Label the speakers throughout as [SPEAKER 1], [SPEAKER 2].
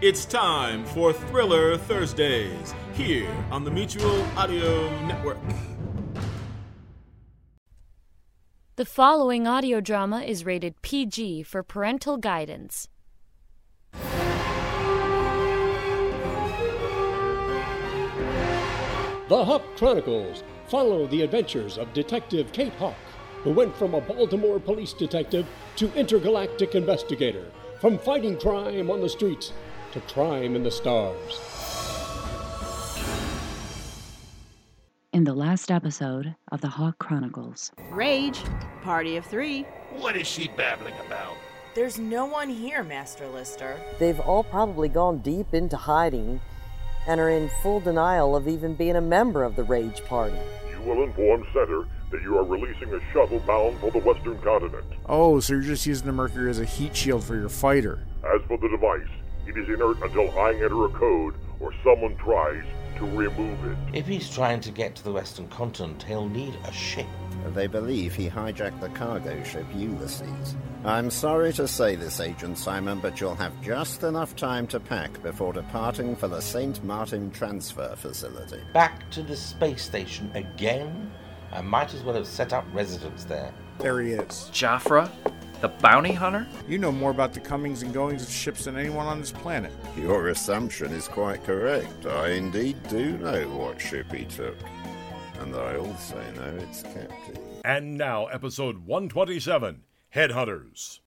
[SPEAKER 1] It's time for Thriller Thursdays here on the Mutual Audio Network.
[SPEAKER 2] The following audio drama is rated PG for parental guidance.
[SPEAKER 3] The Hawk Chronicles follow the adventures of Detective Kate Hawk, who went from a Baltimore police detective to intergalactic investigator, from fighting crime on the streets to crime in the stars.
[SPEAKER 4] in the last episode of the Hawk Chronicles.
[SPEAKER 5] Rage, party of three.
[SPEAKER 6] What is she babbling about?
[SPEAKER 7] There's no one here, Master Lister.
[SPEAKER 8] They've all probably gone deep into hiding and are in full denial of even being a member of the Rage Party.
[SPEAKER 9] You will inform Center that you are releasing a shuttle bound for the western continent.
[SPEAKER 10] Oh, so you're just using the Mercury as a heat shield for your fighter.
[SPEAKER 9] As for the device, it is inert until I enter a code or someone tries to remove it.
[SPEAKER 11] If he's trying to get to the western continent, he'll need a ship.
[SPEAKER 12] They believe he hijacked the cargo ship Ulysses. I'm sorry to say this, Agent Simon, but you'll have just enough time to pack before departing for the St. Martin Transfer Facility.
[SPEAKER 11] Back to the space station again? I might as well have set up residence there.
[SPEAKER 10] There he is.
[SPEAKER 13] Jafra, the bounty hunter?
[SPEAKER 10] You know more about the comings and goings of ships than anyone on this planet.
[SPEAKER 12] Your assumption is quite correct. I indeed do know what ship he took. And I also know its captain.
[SPEAKER 6] And now, episode 127 Headhunters.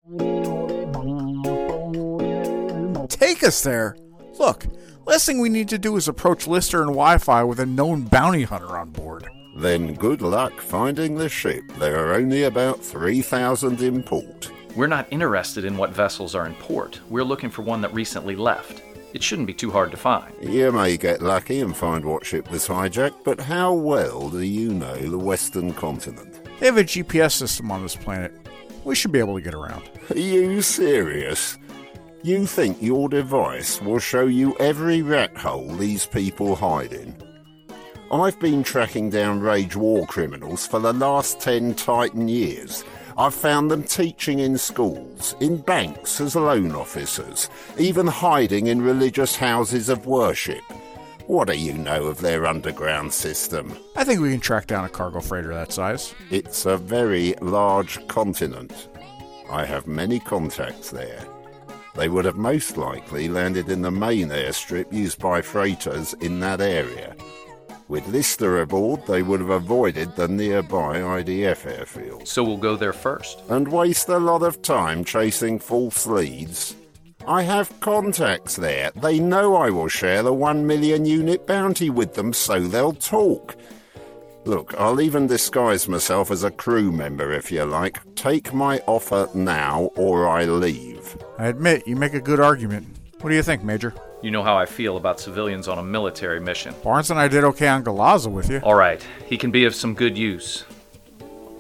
[SPEAKER 10] Take us there. Look, last thing we need to do is approach Lister and Wi Fi with a known bounty hunter on board.
[SPEAKER 12] Then good luck finding the ship. There are only about 3,000 in port.
[SPEAKER 13] We're not interested in what vessels are in port. We're looking for one that recently left. It shouldn't be too hard to find.
[SPEAKER 12] You may get lucky and find what ship was hijacked, but how well do you know the western continent?
[SPEAKER 10] They have a GPS system on this planet. We should be able to get around.
[SPEAKER 12] Are you serious? You think your device will show you every rat hole these people hide in? I've been tracking down rage war criminals for the last 10 Titan years. I've found them teaching in schools, in banks as loan officers, even hiding in religious houses of worship. What do you know of their underground system?
[SPEAKER 10] I think we can track down a cargo freighter that size.
[SPEAKER 12] It's a very large continent. I have many contacts there. They would have most likely landed in the main airstrip used by freighters in that area. With Lister aboard, they would have avoided the nearby IDF airfields
[SPEAKER 13] So we'll go there first.
[SPEAKER 12] and waste a lot of time chasing false leads. I have contacts there. They know I will share the one million unit bounty with them, so they'll talk. Look, I'll even disguise myself as a crew member if you like. Take my offer now or I leave.
[SPEAKER 10] I admit, you make a good argument. What do you think, Major?
[SPEAKER 13] You know how I feel about civilians on a military mission.
[SPEAKER 10] Barnes and I did okay on Galaza with you.
[SPEAKER 13] All right, he can be of some good use.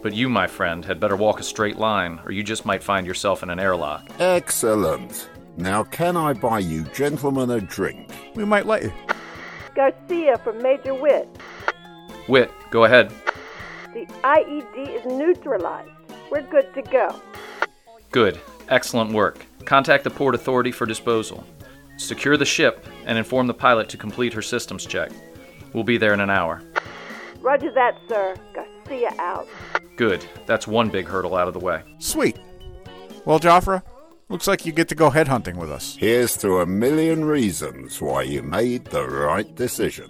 [SPEAKER 13] But you, my friend, had better walk a straight line, or you just might find yourself in an airlock.
[SPEAKER 12] Excellent. Now, can I buy you gentlemen a drink?
[SPEAKER 10] We might let you.
[SPEAKER 14] Garcia from Major Witt.
[SPEAKER 13] Wit, go ahead.
[SPEAKER 14] The IED is neutralized. We're good to go.
[SPEAKER 13] Good. Excellent work. Contact the Port Authority for disposal. Secure the ship and inform the pilot to complete her systems check. We'll be there in an hour.
[SPEAKER 14] Roger that, sir. Garcia out.
[SPEAKER 13] Good. That's one big hurdle out of the way.
[SPEAKER 10] Sweet. Well, Jofra, looks like you get to go headhunting with us.
[SPEAKER 12] Here's to a million reasons why you made the right decision.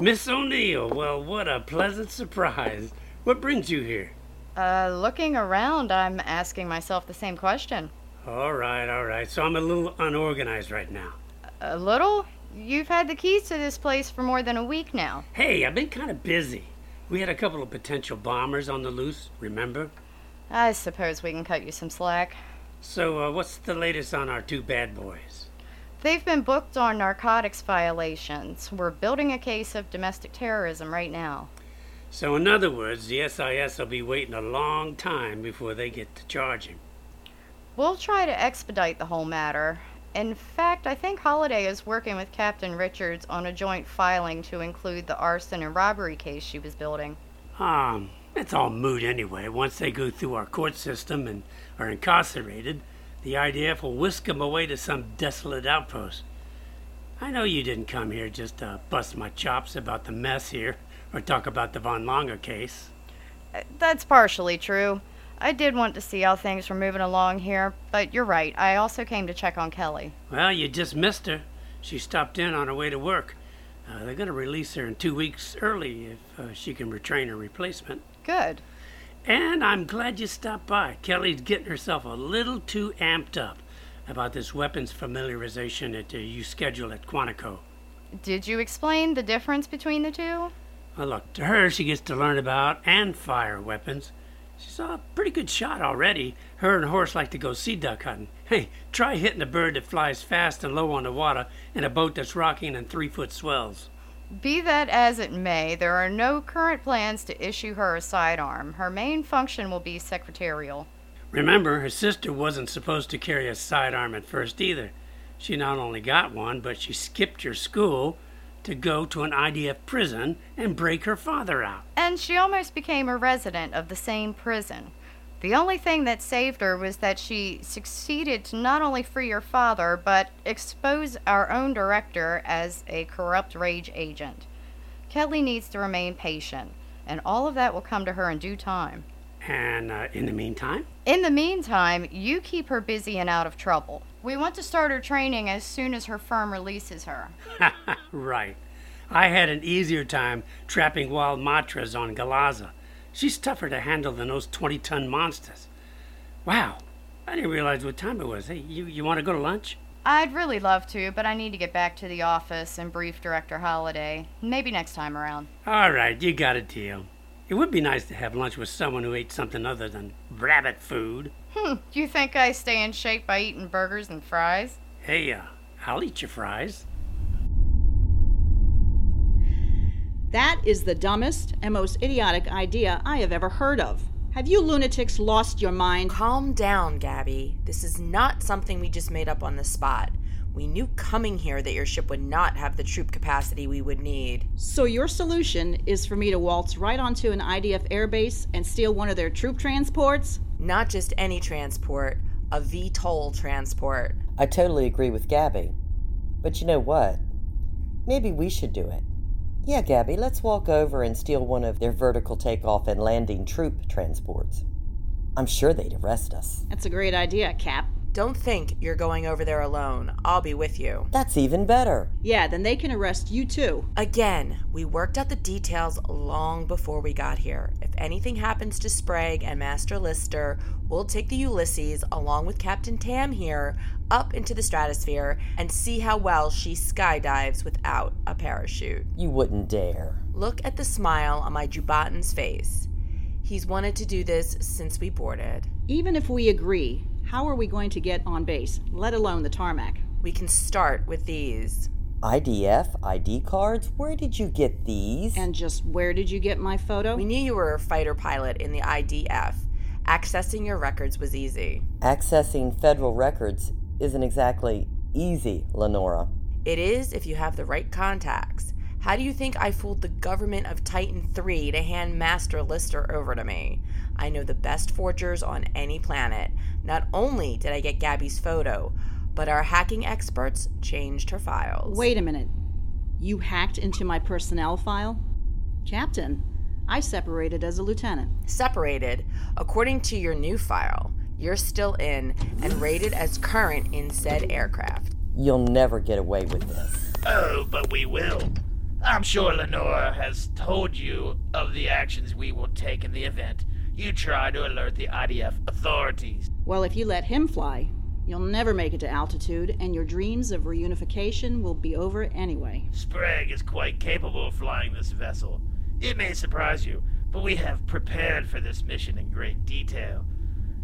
[SPEAKER 15] Miss O'Neill, well, what a pleasant surprise. What brings you here?
[SPEAKER 16] Uh, looking around, I'm asking myself the same question.
[SPEAKER 15] All right, all right. So I'm a little unorganized right now.
[SPEAKER 16] A Uh, little? You've had the keys to this place for more than a week now.
[SPEAKER 15] Hey, I've been kind of busy. We had a couple of potential bombers on the loose, remember?
[SPEAKER 16] I suppose we can cut you some slack.
[SPEAKER 15] So, uh, what's the latest on our two bad boys?
[SPEAKER 16] They've been booked on narcotics violations. We're building a case of domestic terrorism right now.
[SPEAKER 15] So, in other words, the SIS will be waiting a long time before they get to charging.
[SPEAKER 16] We'll try to expedite the whole matter. In fact, I think Holiday is working with Captain Richards on a joint filing to include the arson and robbery case she was building.
[SPEAKER 15] Um, it's all moot anyway. Once they go through our court system and are incarcerated, the IDF will whisk them away to some desolate outpost. I know you didn't come here just to bust my chops about the mess here or talk about the Von Langer case.
[SPEAKER 16] Uh, That's partially true. I did want to see how things were moving along here, but you're right. I also came to check on Kelly.
[SPEAKER 15] Well, you just missed her. She stopped in on her way to work. Uh, they're going to release her in two weeks early if uh, she can retrain her replacement.
[SPEAKER 16] Good.
[SPEAKER 15] And I'm glad you stopped by. Kelly's getting herself a little too amped up about this weapons familiarization that uh, you schedule at Quantico.
[SPEAKER 16] Did you explain the difference between the two?
[SPEAKER 15] Well, look, to her, she gets to learn about and fire weapons. She's a pretty good shot already. Her and Horse like to go sea duck hunting. Hey, try hitting a bird that flies fast and low on the water in a boat that's rocking in three foot swells.
[SPEAKER 16] Be that as it may, there are no current plans to issue her a sidearm. Her main function will be secretarial.
[SPEAKER 15] Remember, her sister wasn't supposed to carry a sidearm at first either. She not only got one, but she skipped her school to go to an IDF prison and break her father out.
[SPEAKER 16] And she almost became a resident of the same prison. The only thing that saved her was that she succeeded to not only free her father, but expose our own director as a corrupt rage agent. Kelly needs to remain patient, and all of that will come to her in due time.
[SPEAKER 15] And uh, in the meantime,
[SPEAKER 16] In the meantime, you keep her busy and out of trouble. We want to start her training as soon as her firm releases her.
[SPEAKER 15] right. I had an easier time trapping wild matras on Galaza. She's tougher to handle than those 20 ton monsters. Wow. I didn't realize what time it was. Hey, you, you want to go to lunch?
[SPEAKER 16] I'd really love to, but I need to get back to the office and brief Director Holiday. Maybe next time around.
[SPEAKER 15] All right, you got a deal. It would be nice to have lunch with someone who ate something other than rabbit food.
[SPEAKER 16] Hmm, you think I stay in shape by eating burgers and fries?
[SPEAKER 15] Hey, uh, I'll eat your fries.
[SPEAKER 7] That is the dumbest and most idiotic idea I have ever heard of. Have you lunatics lost your mind?
[SPEAKER 17] Calm down, Gabby. This is not something we just made up on the spot. We knew coming here that your ship would not have the troop capacity we would need.
[SPEAKER 7] So, your solution is for me to waltz right onto an IDF airbase and steal one of their troop transports?
[SPEAKER 17] Not just any transport, a VTOL transport.
[SPEAKER 8] I totally agree with Gabby. But you know what? Maybe we should do it. Yeah, Gabby, let's walk over and steal one of their vertical takeoff and landing troop transports. I'm sure they'd arrest us.
[SPEAKER 7] That's a great idea, Cap.
[SPEAKER 17] Don't think you're going over there alone. I'll be with you.
[SPEAKER 8] That's even better.
[SPEAKER 7] Yeah, then they can arrest you too.
[SPEAKER 17] Again, we worked out the details long before we got here. If anything happens to Sprague and Master Lister, we'll take the Ulysses along with Captain Tam here up into the stratosphere and see how well she skydives without a parachute.
[SPEAKER 8] You wouldn't dare.
[SPEAKER 17] Look at the smile on my Jubatan's face. He's wanted to do this since we boarded.
[SPEAKER 7] Even if we agree, how are we going to get on base, let alone the tarmac?
[SPEAKER 17] We can start with these.
[SPEAKER 8] IDF, ID cards? Where did you get these?
[SPEAKER 7] And just where did you get my photo?
[SPEAKER 17] We knew you were a fighter pilot in the IDF. Accessing your records was easy.
[SPEAKER 8] Accessing federal records isn't exactly easy, Lenora.
[SPEAKER 17] It is if you have the right contacts. How do you think I fooled the government of Titan III to hand Master Lister over to me? I know the best forgers on any planet. Not only did I get Gabby's photo, but our hacking experts changed her files.
[SPEAKER 7] Wait a minute. You hacked into my personnel file? Captain, I separated as a lieutenant.
[SPEAKER 17] Separated, according to your new file, you're still in and rated as current in said aircraft.
[SPEAKER 8] You'll never get away with this.
[SPEAKER 18] Oh, but we will. I'm sure Lenora has told you of the actions we will take in the event you try to alert the IDF authorities.
[SPEAKER 7] Well, if you let him fly, you'll never make it to altitude, and your dreams of reunification will be over anyway.
[SPEAKER 18] Sprague is quite capable of flying this vessel. It may surprise you, but we have prepared for this mission in great detail.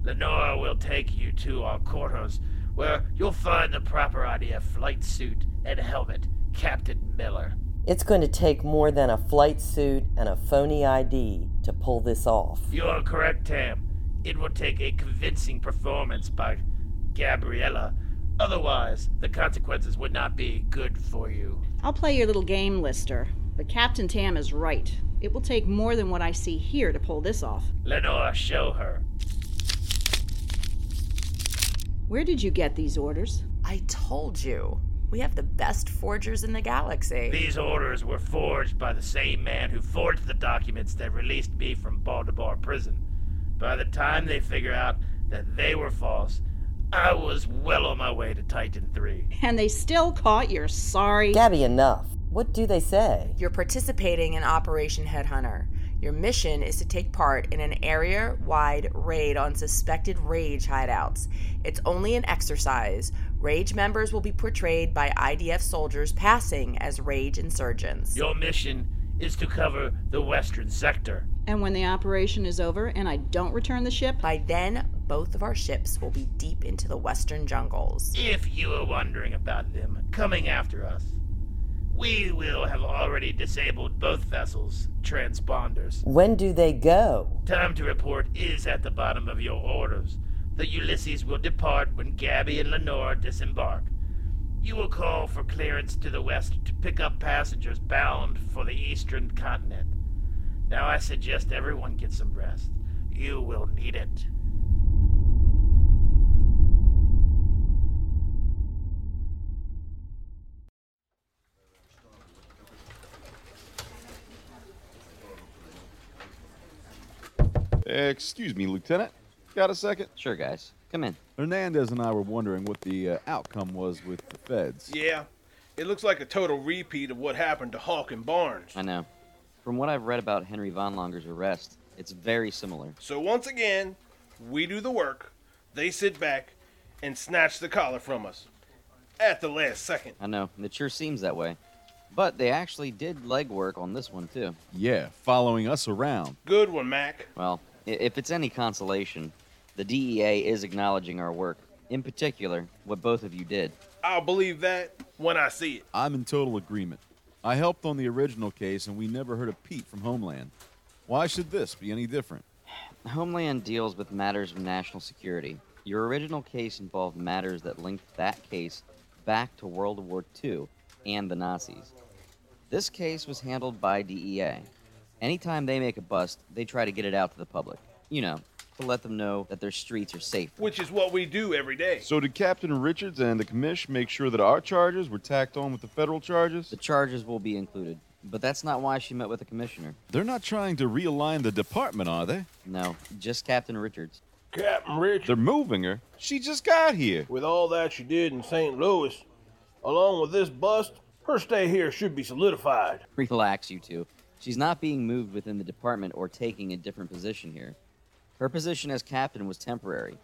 [SPEAKER 18] Lenora will take you to our quarters, where you'll find the proper IDF flight suit and helmet, Captain Miller.
[SPEAKER 8] It's going to take more than a flight suit and a phony ID to pull this off.
[SPEAKER 18] You are correct, Tam. It will take a convincing performance by Gabriella, Otherwise, the consequences would not be good for you.
[SPEAKER 7] I'll play your little game, Lister, but Captain Tam is right. It will take more than what I see here to pull this off.
[SPEAKER 18] Lenore, show her.
[SPEAKER 7] Where did you get these orders?
[SPEAKER 17] I told you. We have the best forgers in the galaxy.
[SPEAKER 18] These orders were forged by the same man who forged the documents that released me from Baltimore prison. By the time they figure out that they were false, I was well on my way to Titan 3.
[SPEAKER 7] And they still caught your sorry.
[SPEAKER 8] Gabby, enough. What do they say?
[SPEAKER 17] You're participating in Operation Headhunter. Your mission is to take part in an area wide raid on suspected rage hideouts. It's only an exercise. Rage members will be portrayed by IDF soldiers passing as rage insurgents.
[SPEAKER 18] Your mission is to cover the western sector.
[SPEAKER 7] And when the operation is over and I don't return the ship?
[SPEAKER 17] By then, both of our ships will be deep into the western jungles.
[SPEAKER 18] If you are wondering about them coming after us, we will have already disabled both vessels' transponders.
[SPEAKER 8] When do they go?
[SPEAKER 18] Time to report is at the bottom of your orders. The Ulysses will depart when Gabby and Lenore disembark. You will call for clearance to the west to pick up passengers bound for the eastern continent. Now I suggest everyone get some rest. You will need it.
[SPEAKER 1] Excuse me, Lieutenant. Got a second?
[SPEAKER 19] Sure, guys. Come in.
[SPEAKER 1] Hernandez and I were wondering what the uh, outcome was with the feds.
[SPEAKER 20] Yeah, it looks like a total repeat of what happened to Hawk and Barnes.
[SPEAKER 19] I know. From what I've read about Henry Von Longer's arrest, it's very similar.
[SPEAKER 20] So once again, we do the work, they sit back, and snatch the collar from us. At the last second.
[SPEAKER 19] I know. It sure seems that way. But they actually did legwork on this one, too.
[SPEAKER 1] Yeah, following us around.
[SPEAKER 20] Good one, Mac.
[SPEAKER 19] Well, i- if it's any consolation, the DEA is acknowledging our work. In particular, what both of you did.
[SPEAKER 20] I'll believe that when I see it.
[SPEAKER 1] I'm in total agreement. I helped on the original case, and we never heard a peep from Homeland. Why should this be any different?
[SPEAKER 19] Homeland deals with matters of national security. Your original case involved matters that linked that case back to World War II and the Nazis. This case was handled by DEA. Anytime they make a bust, they try to get it out to the public. You know, to let them know that their streets are safe.
[SPEAKER 20] Which is what we do every day.
[SPEAKER 1] So did Captain Richards and the commish make sure that our charges were tacked on with the federal charges? The
[SPEAKER 19] charges will be included, but that's not why she met with the commissioner.
[SPEAKER 1] They're not trying to realign the department, are they?
[SPEAKER 19] No, just Captain Richards.
[SPEAKER 20] Captain Richards.
[SPEAKER 1] They're moving her. She just got here.
[SPEAKER 20] With all that she did in St. Louis, along with this bust, her stay here should be solidified.
[SPEAKER 19] Relax, you two. She's not being moved within the department or taking a different position here. Her position as captain was temporary.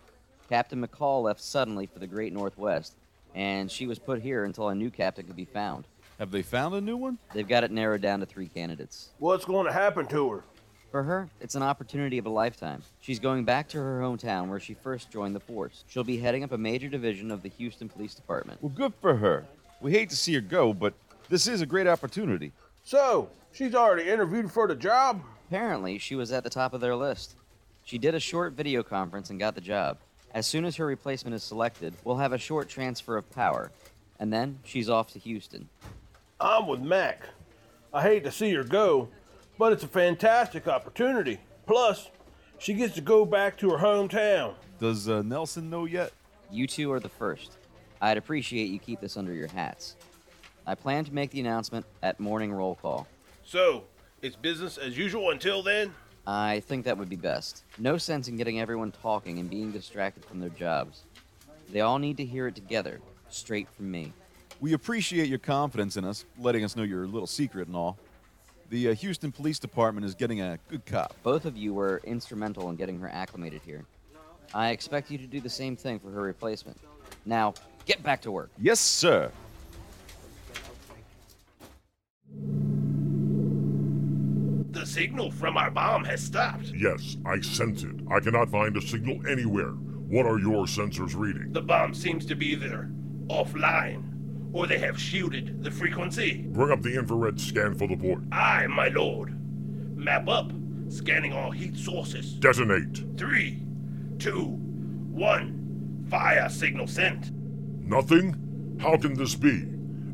[SPEAKER 19] Captain McCall left suddenly for the Great Northwest, and she was put here until a new captain could be found.
[SPEAKER 1] Have they found a new one?
[SPEAKER 19] They've got it narrowed down to three candidates.
[SPEAKER 20] What's going to happen to her?
[SPEAKER 19] For her, it's an opportunity of a lifetime. She's going back to her hometown where she first joined the force. She'll be heading up a major division of the Houston Police Department.
[SPEAKER 1] Well, good for her. We hate to see her go, but this is a great opportunity.
[SPEAKER 20] So, she's already interviewed for the job?
[SPEAKER 19] Apparently, she was at the top of their list. She did a short video conference and got the job. As soon as her replacement is selected, we'll have a short transfer of power, and then she's off to Houston.
[SPEAKER 20] I'm with Mac. I hate to see her go, but it's a fantastic opportunity. Plus, she gets to go back to her hometown.
[SPEAKER 1] Does uh, Nelson know yet?
[SPEAKER 19] You two are the first. I'd appreciate you keep this under your hats. I plan to make the announcement at morning roll call.
[SPEAKER 20] So, it's business as usual until then?
[SPEAKER 19] I think that would be best. No sense in getting everyone talking and being distracted from their jobs. They all need to hear it together, straight from me.
[SPEAKER 1] We appreciate your confidence in us, letting us know your little secret and all. The uh, Houston Police Department is getting a good cop.
[SPEAKER 19] Both of you were instrumental in getting her acclimated here. I expect you to do the same thing for her replacement. Now, get back to work.
[SPEAKER 1] Yes, sir.
[SPEAKER 18] The signal from our bomb has stopped.
[SPEAKER 21] Yes, I sense it. I cannot find a signal anywhere. What are your sensors reading?
[SPEAKER 18] The bomb seems to be either offline or they have shielded the frequency.
[SPEAKER 21] Bring up the infrared scan for the port.
[SPEAKER 18] Aye, my lord. Map up, scanning all heat sources.
[SPEAKER 21] Detonate.
[SPEAKER 18] Three, two, one. Fire signal sent.
[SPEAKER 9] Nothing? How can this be?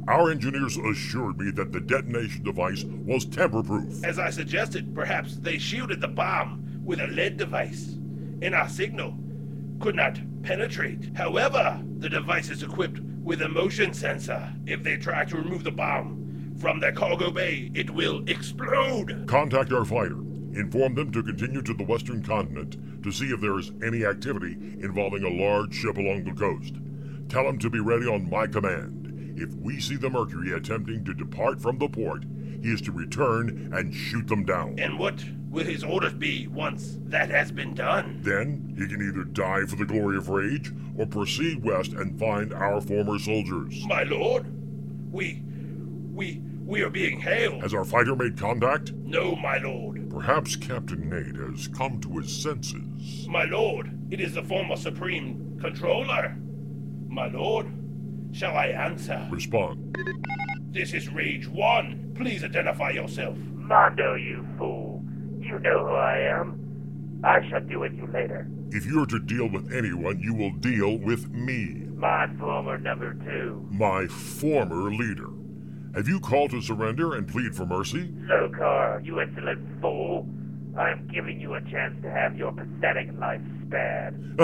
[SPEAKER 9] Our engineers assured me that the detonation device was tamper proof.
[SPEAKER 18] As I suggested, perhaps they shielded the bomb with a lead device, and our signal could not penetrate. However, the device is equipped with a motion sensor. If they try to remove the bomb from the cargo bay, it will explode.
[SPEAKER 9] Contact our fighter. Inform them to continue to the western continent to see if there is any activity involving a large ship along the coast. Tell them to be ready on my command. If we see the Mercury attempting to depart from the port, he is to return and shoot them down.
[SPEAKER 18] And what will his orders be once that has been done?
[SPEAKER 9] Then he can either die for the glory of rage or proceed west and find our former soldiers.
[SPEAKER 18] My lord, we. we. we are being hailed.
[SPEAKER 9] Has our fighter made contact?
[SPEAKER 18] No, my lord.
[SPEAKER 9] Perhaps Captain Nate has come to his senses.
[SPEAKER 18] My lord, it is the former Supreme Controller. My lord, shall I answer?
[SPEAKER 9] Respond.
[SPEAKER 18] This is Rage One. Please identify yourself.
[SPEAKER 22] Mondo, you fool. You know who I am. I shall deal with you later.
[SPEAKER 9] If you're to deal with anyone, you will deal with me,
[SPEAKER 22] My former number two,
[SPEAKER 9] my former leader. Have you called to surrender and plead for mercy?
[SPEAKER 22] Lokar, you insolent fool. I am giving you a chance to have your pathetic life spared.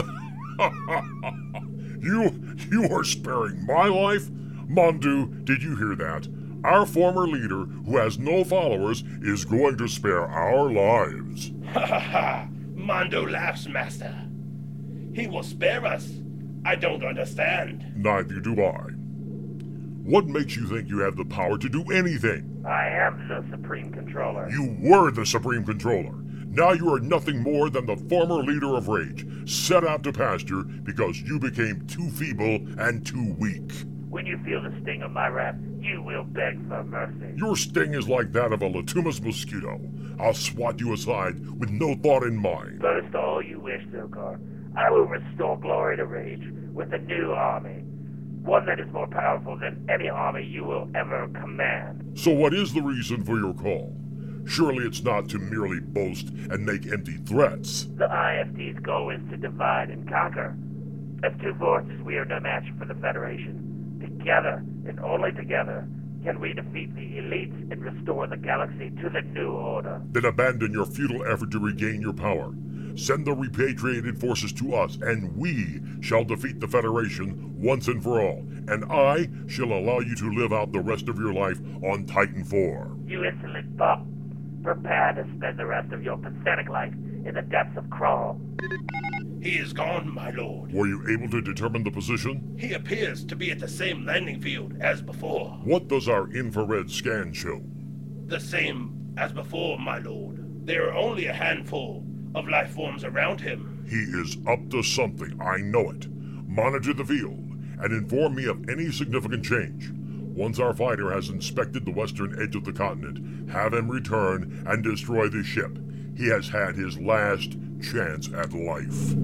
[SPEAKER 9] You you are sparing my life? Mondu, did you hear that? Our former leader, who has no followers, is going to spare our lives.
[SPEAKER 18] Ha ha ha! Mondo laughs, Master. He will spare us. I don't understand.
[SPEAKER 9] Neither do I. What makes you think you have the power to do anything?
[SPEAKER 22] I am the Supreme Controller.
[SPEAKER 9] You were the Supreme Controller. Now you are nothing more than the former leader of Rage, set out to pasture because you became too feeble and too weak.
[SPEAKER 22] When you feel the sting of my wrath, you will beg for mercy.
[SPEAKER 9] Your sting is like that of a Latumus mosquito. I'll swat you aside with no thought in mind.
[SPEAKER 22] Boast all you wish, Lokar. I will restore glory to Rage with a new army. One that is more powerful than any army you will ever command.
[SPEAKER 9] So, what is the reason for your call? Surely it's not to merely boast and make empty threats.
[SPEAKER 22] The IFD's goal is to divide and conquer. As two forces, we are no match for the Federation. Together, and only together, can we defeat the elites and restore the galaxy to the new order.
[SPEAKER 9] Then abandon your futile effort to regain your power. Send the repatriated forces to us, and we shall defeat the Federation once and for all. And I shall allow you to live out the rest of your life on Titan 4.
[SPEAKER 22] You insolent bop. Prepare to spend the rest of your pathetic life in the depths of Crawl.
[SPEAKER 18] He is gone, my lord.
[SPEAKER 9] Were you able to determine the position?
[SPEAKER 18] He appears to be at the same landing field as before.
[SPEAKER 9] What does our infrared scan show?
[SPEAKER 18] The same as before, my lord. There are only a handful of life forms around him.
[SPEAKER 9] He is up to something, I know it. Monitor the field and inform me of any significant change. Once our fighter has inspected the western edge of the continent, have him return and destroy the ship. He has had his last chance at life.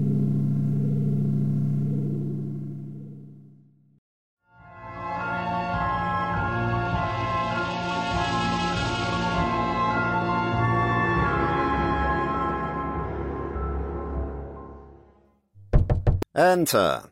[SPEAKER 11] Enter.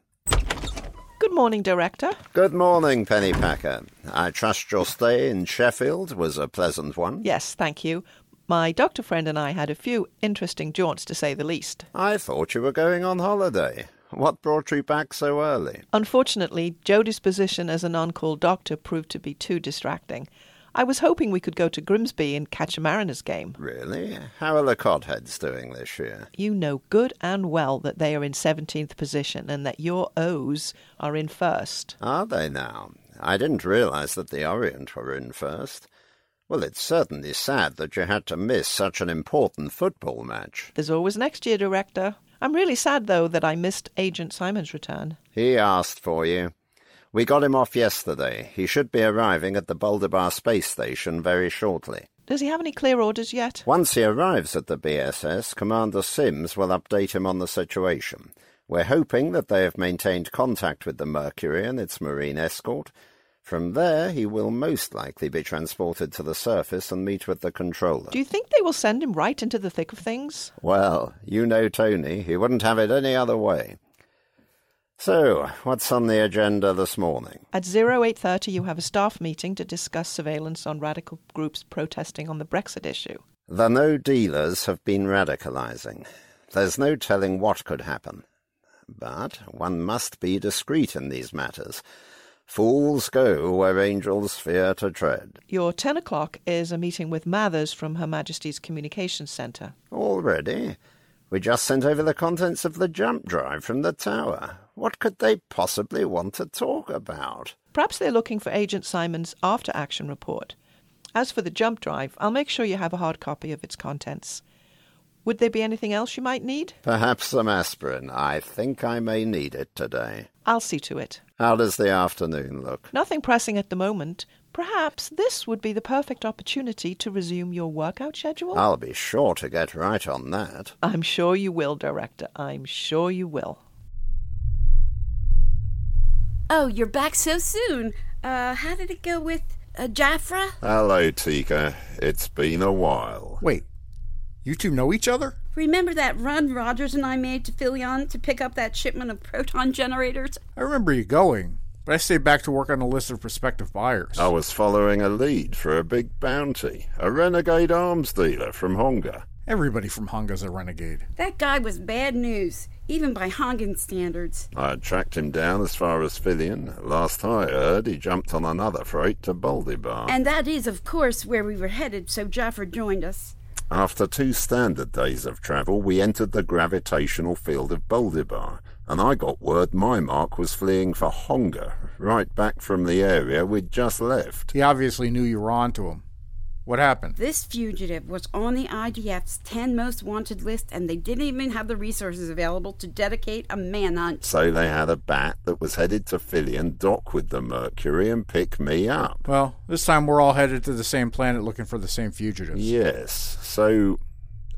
[SPEAKER 23] Good morning, Director.
[SPEAKER 11] Good morning, Pennypacker. I trust your stay in Sheffield was a pleasant one.
[SPEAKER 23] Yes, thank you. My doctor friend and I had a few interesting jaunts, to say the least.
[SPEAKER 11] I thought you were going on holiday. What brought you back so early?
[SPEAKER 23] Unfortunately, Jodie's position as an on-call doctor proved to be too distracting. I was hoping we could go to Grimsby and catch a Mariners game.
[SPEAKER 11] Really? How are the Codheads doing this year?
[SPEAKER 23] You know good and well that they are in 17th position and that your O's are in first.
[SPEAKER 11] Are they now? I didn't realize that the Orient were in first. Well, it's certainly sad that you had to miss such an important football match.
[SPEAKER 23] There's always next year, Director. I'm really sad, though, that I missed Agent Simon's return.
[SPEAKER 11] He asked for you. We got him off yesterday. He should be arriving at the Baldabar space station very shortly.
[SPEAKER 23] Does he have any clear orders yet?
[SPEAKER 11] Once he arrives at the BSS, Commander Sims will update him on the situation. We're hoping that they have maintained contact with the Mercury and its marine escort. From there, he will most likely be transported to the surface and meet with the controller.
[SPEAKER 23] Do you think they will send him right into the thick of things?
[SPEAKER 11] Well, you know Tony. He wouldn't have it any other way. So, what's on the agenda this morning?
[SPEAKER 23] At 0830, you have a staff meeting to discuss surveillance on radical groups protesting on the Brexit issue.
[SPEAKER 11] The no dealers have been radicalizing. There's no telling what could happen. But one must be discreet in these matters. Fools go where angels fear to tread.
[SPEAKER 23] Your 10 o'clock is a meeting with Mathers from Her Majesty's Communications Centre.
[SPEAKER 11] Already? We just sent over the contents of the jump drive from the tower. What could they possibly want to talk about?
[SPEAKER 23] Perhaps they're looking for Agent Simon's after action report. As for the jump drive, I'll make sure you have a hard copy of its contents. Would there be anything else you might need?
[SPEAKER 11] Perhaps some aspirin. I think I may need it today.
[SPEAKER 23] I'll see to it.
[SPEAKER 11] How does the afternoon look?
[SPEAKER 23] Nothing pressing at the moment. Perhaps this would be the perfect opportunity to resume your workout schedule?
[SPEAKER 11] I'll be sure to get right on that.
[SPEAKER 23] I'm sure you will, Director. I'm sure you will.
[SPEAKER 24] Oh, you're back so soon. Uh, how did it go with uh, Jaffra?
[SPEAKER 12] Hello, Tika. It's been a while.
[SPEAKER 10] Wait, you two know each other?
[SPEAKER 24] Remember that run Rogers and I made to Philion to pick up that shipment of proton generators?
[SPEAKER 10] I remember you going, but I stayed back to work on a list of prospective buyers.
[SPEAKER 12] I was following a lead for a big bounty, a renegade arms dealer from Honga.
[SPEAKER 10] Everybody from Honga's a renegade.
[SPEAKER 24] That guy was bad news, even by Hongan standards.
[SPEAKER 12] I tracked him down as far as Filion. Last I heard, he jumped on another freight to Baldibar.
[SPEAKER 24] And that is, of course, where we were headed, so Jaffra joined us.
[SPEAKER 12] After two standard days of travel, we entered the gravitational field of Boldibar, and I got word my mark was fleeing for Honga, right back from the area we'd just left.
[SPEAKER 10] He obviously knew you were onto him. What happened?
[SPEAKER 24] This fugitive was on the IDF's 10 most wanted list, and they didn't even have the resources available to dedicate a manhunt.
[SPEAKER 12] So they had a bat that was headed to Filion dock with the Mercury and pick me up.
[SPEAKER 10] Well, this time we're all headed to the same planet looking for the same fugitives.
[SPEAKER 12] Yes. So,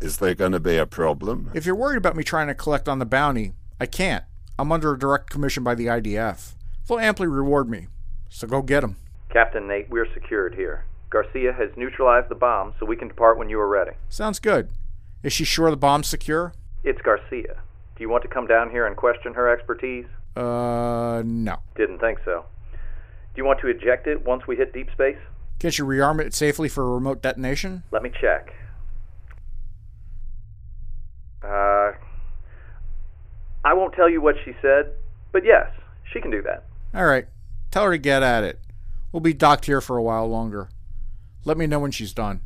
[SPEAKER 12] is there going to be a problem?
[SPEAKER 10] If you're worried about me trying to collect on the bounty, I can't. I'm under a direct commission by the IDF. They'll amply reward me. So go get 'em.
[SPEAKER 25] Captain Nate, we're secured here. Garcia has neutralized the bomb, so we can depart when you are ready.
[SPEAKER 10] Sounds good. Is she sure the bomb's secure?
[SPEAKER 25] It's Garcia. Do you want to come down here and question her expertise?
[SPEAKER 10] Uh, no.
[SPEAKER 25] Didn't think so. Do you want to eject it once we hit deep space?
[SPEAKER 10] Can't you rearm it safely for a remote detonation?
[SPEAKER 25] Let me check. Uh, I won't tell you what she said, but yes, she can do that.
[SPEAKER 10] All right. Tell her to get at it. We'll be docked here for a while longer. Let me know when she's done.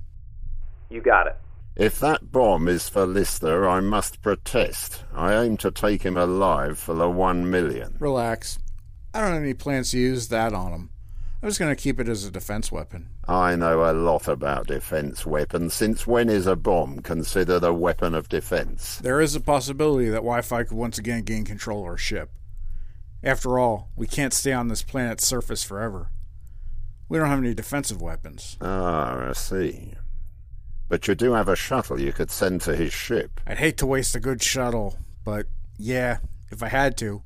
[SPEAKER 25] You got it.
[SPEAKER 12] If that bomb is for Lister, I must protest. I aim to take him alive for the one million.
[SPEAKER 10] Relax. I don't have any plans to use that on him. I'm just going to keep it as a defense weapon.
[SPEAKER 12] I know a lot about defense weapons. Since when is a bomb considered a weapon of defense?
[SPEAKER 10] There is a possibility that Wi Fi could once again gain control of our ship. After all, we can't stay on this planet's surface forever. We don't have any defensive weapons.
[SPEAKER 12] Ah, I see. But you do have a shuttle you could send to his ship.
[SPEAKER 10] I'd hate to waste a good shuttle, but yeah, if I had to,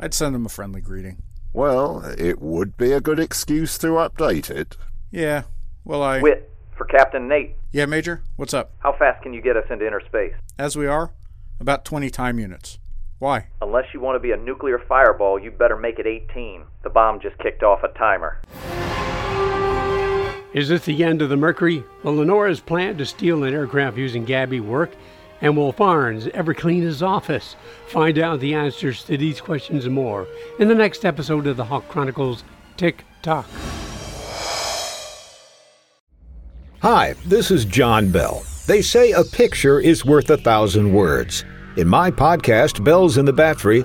[SPEAKER 10] I'd send him a friendly greeting.
[SPEAKER 12] Well, it would be a good excuse to update it.
[SPEAKER 10] Yeah, well, I.
[SPEAKER 25] Wit, for Captain Nate.
[SPEAKER 10] Yeah, Major, what's up?
[SPEAKER 25] How fast can you get us into inner space?
[SPEAKER 10] As we are, about 20 time units. Why?
[SPEAKER 25] Unless you want to be a nuclear fireball, you'd better make it 18. The bomb just kicked off a timer.
[SPEAKER 15] Is this the end of the Mercury? Will Lenora's plan to steal an aircraft using Gabby work? And will Farnes ever clean his office? Find out the answers to these questions and more in the next episode of the Hawk Chronicles Tick Tock.
[SPEAKER 26] Hi, this is John Bell. They say a picture is worth a thousand words. In my podcast, Bells in the Battery,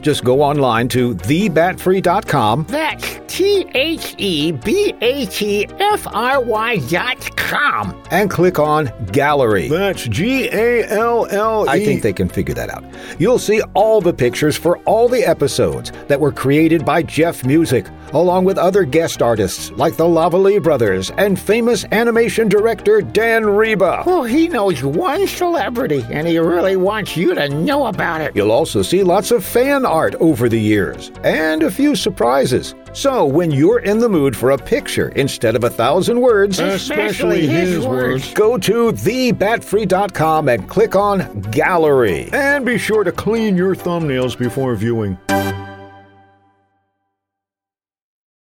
[SPEAKER 26] Just go online to thebatfree.com
[SPEAKER 27] That's T H E B A T F R Y dot com.
[SPEAKER 26] and click on Gallery.
[SPEAKER 4] That's G A L L E.
[SPEAKER 26] I think they can figure that out. You'll see all the pictures for all the episodes that were created by Jeff Music, along with other guest artists like the Lavalley brothers and famous animation director Dan Reba.
[SPEAKER 27] Well, he knows one celebrity, and he really wants you to know about it.
[SPEAKER 26] You'll also see lots of fan art over the years and a few surprises. So, when you're in the mood for a picture instead of a thousand words,
[SPEAKER 27] Especially his words.
[SPEAKER 26] go to thebatfree.com and click on Gallery.
[SPEAKER 4] And be sure to clean your thumbnails before viewing.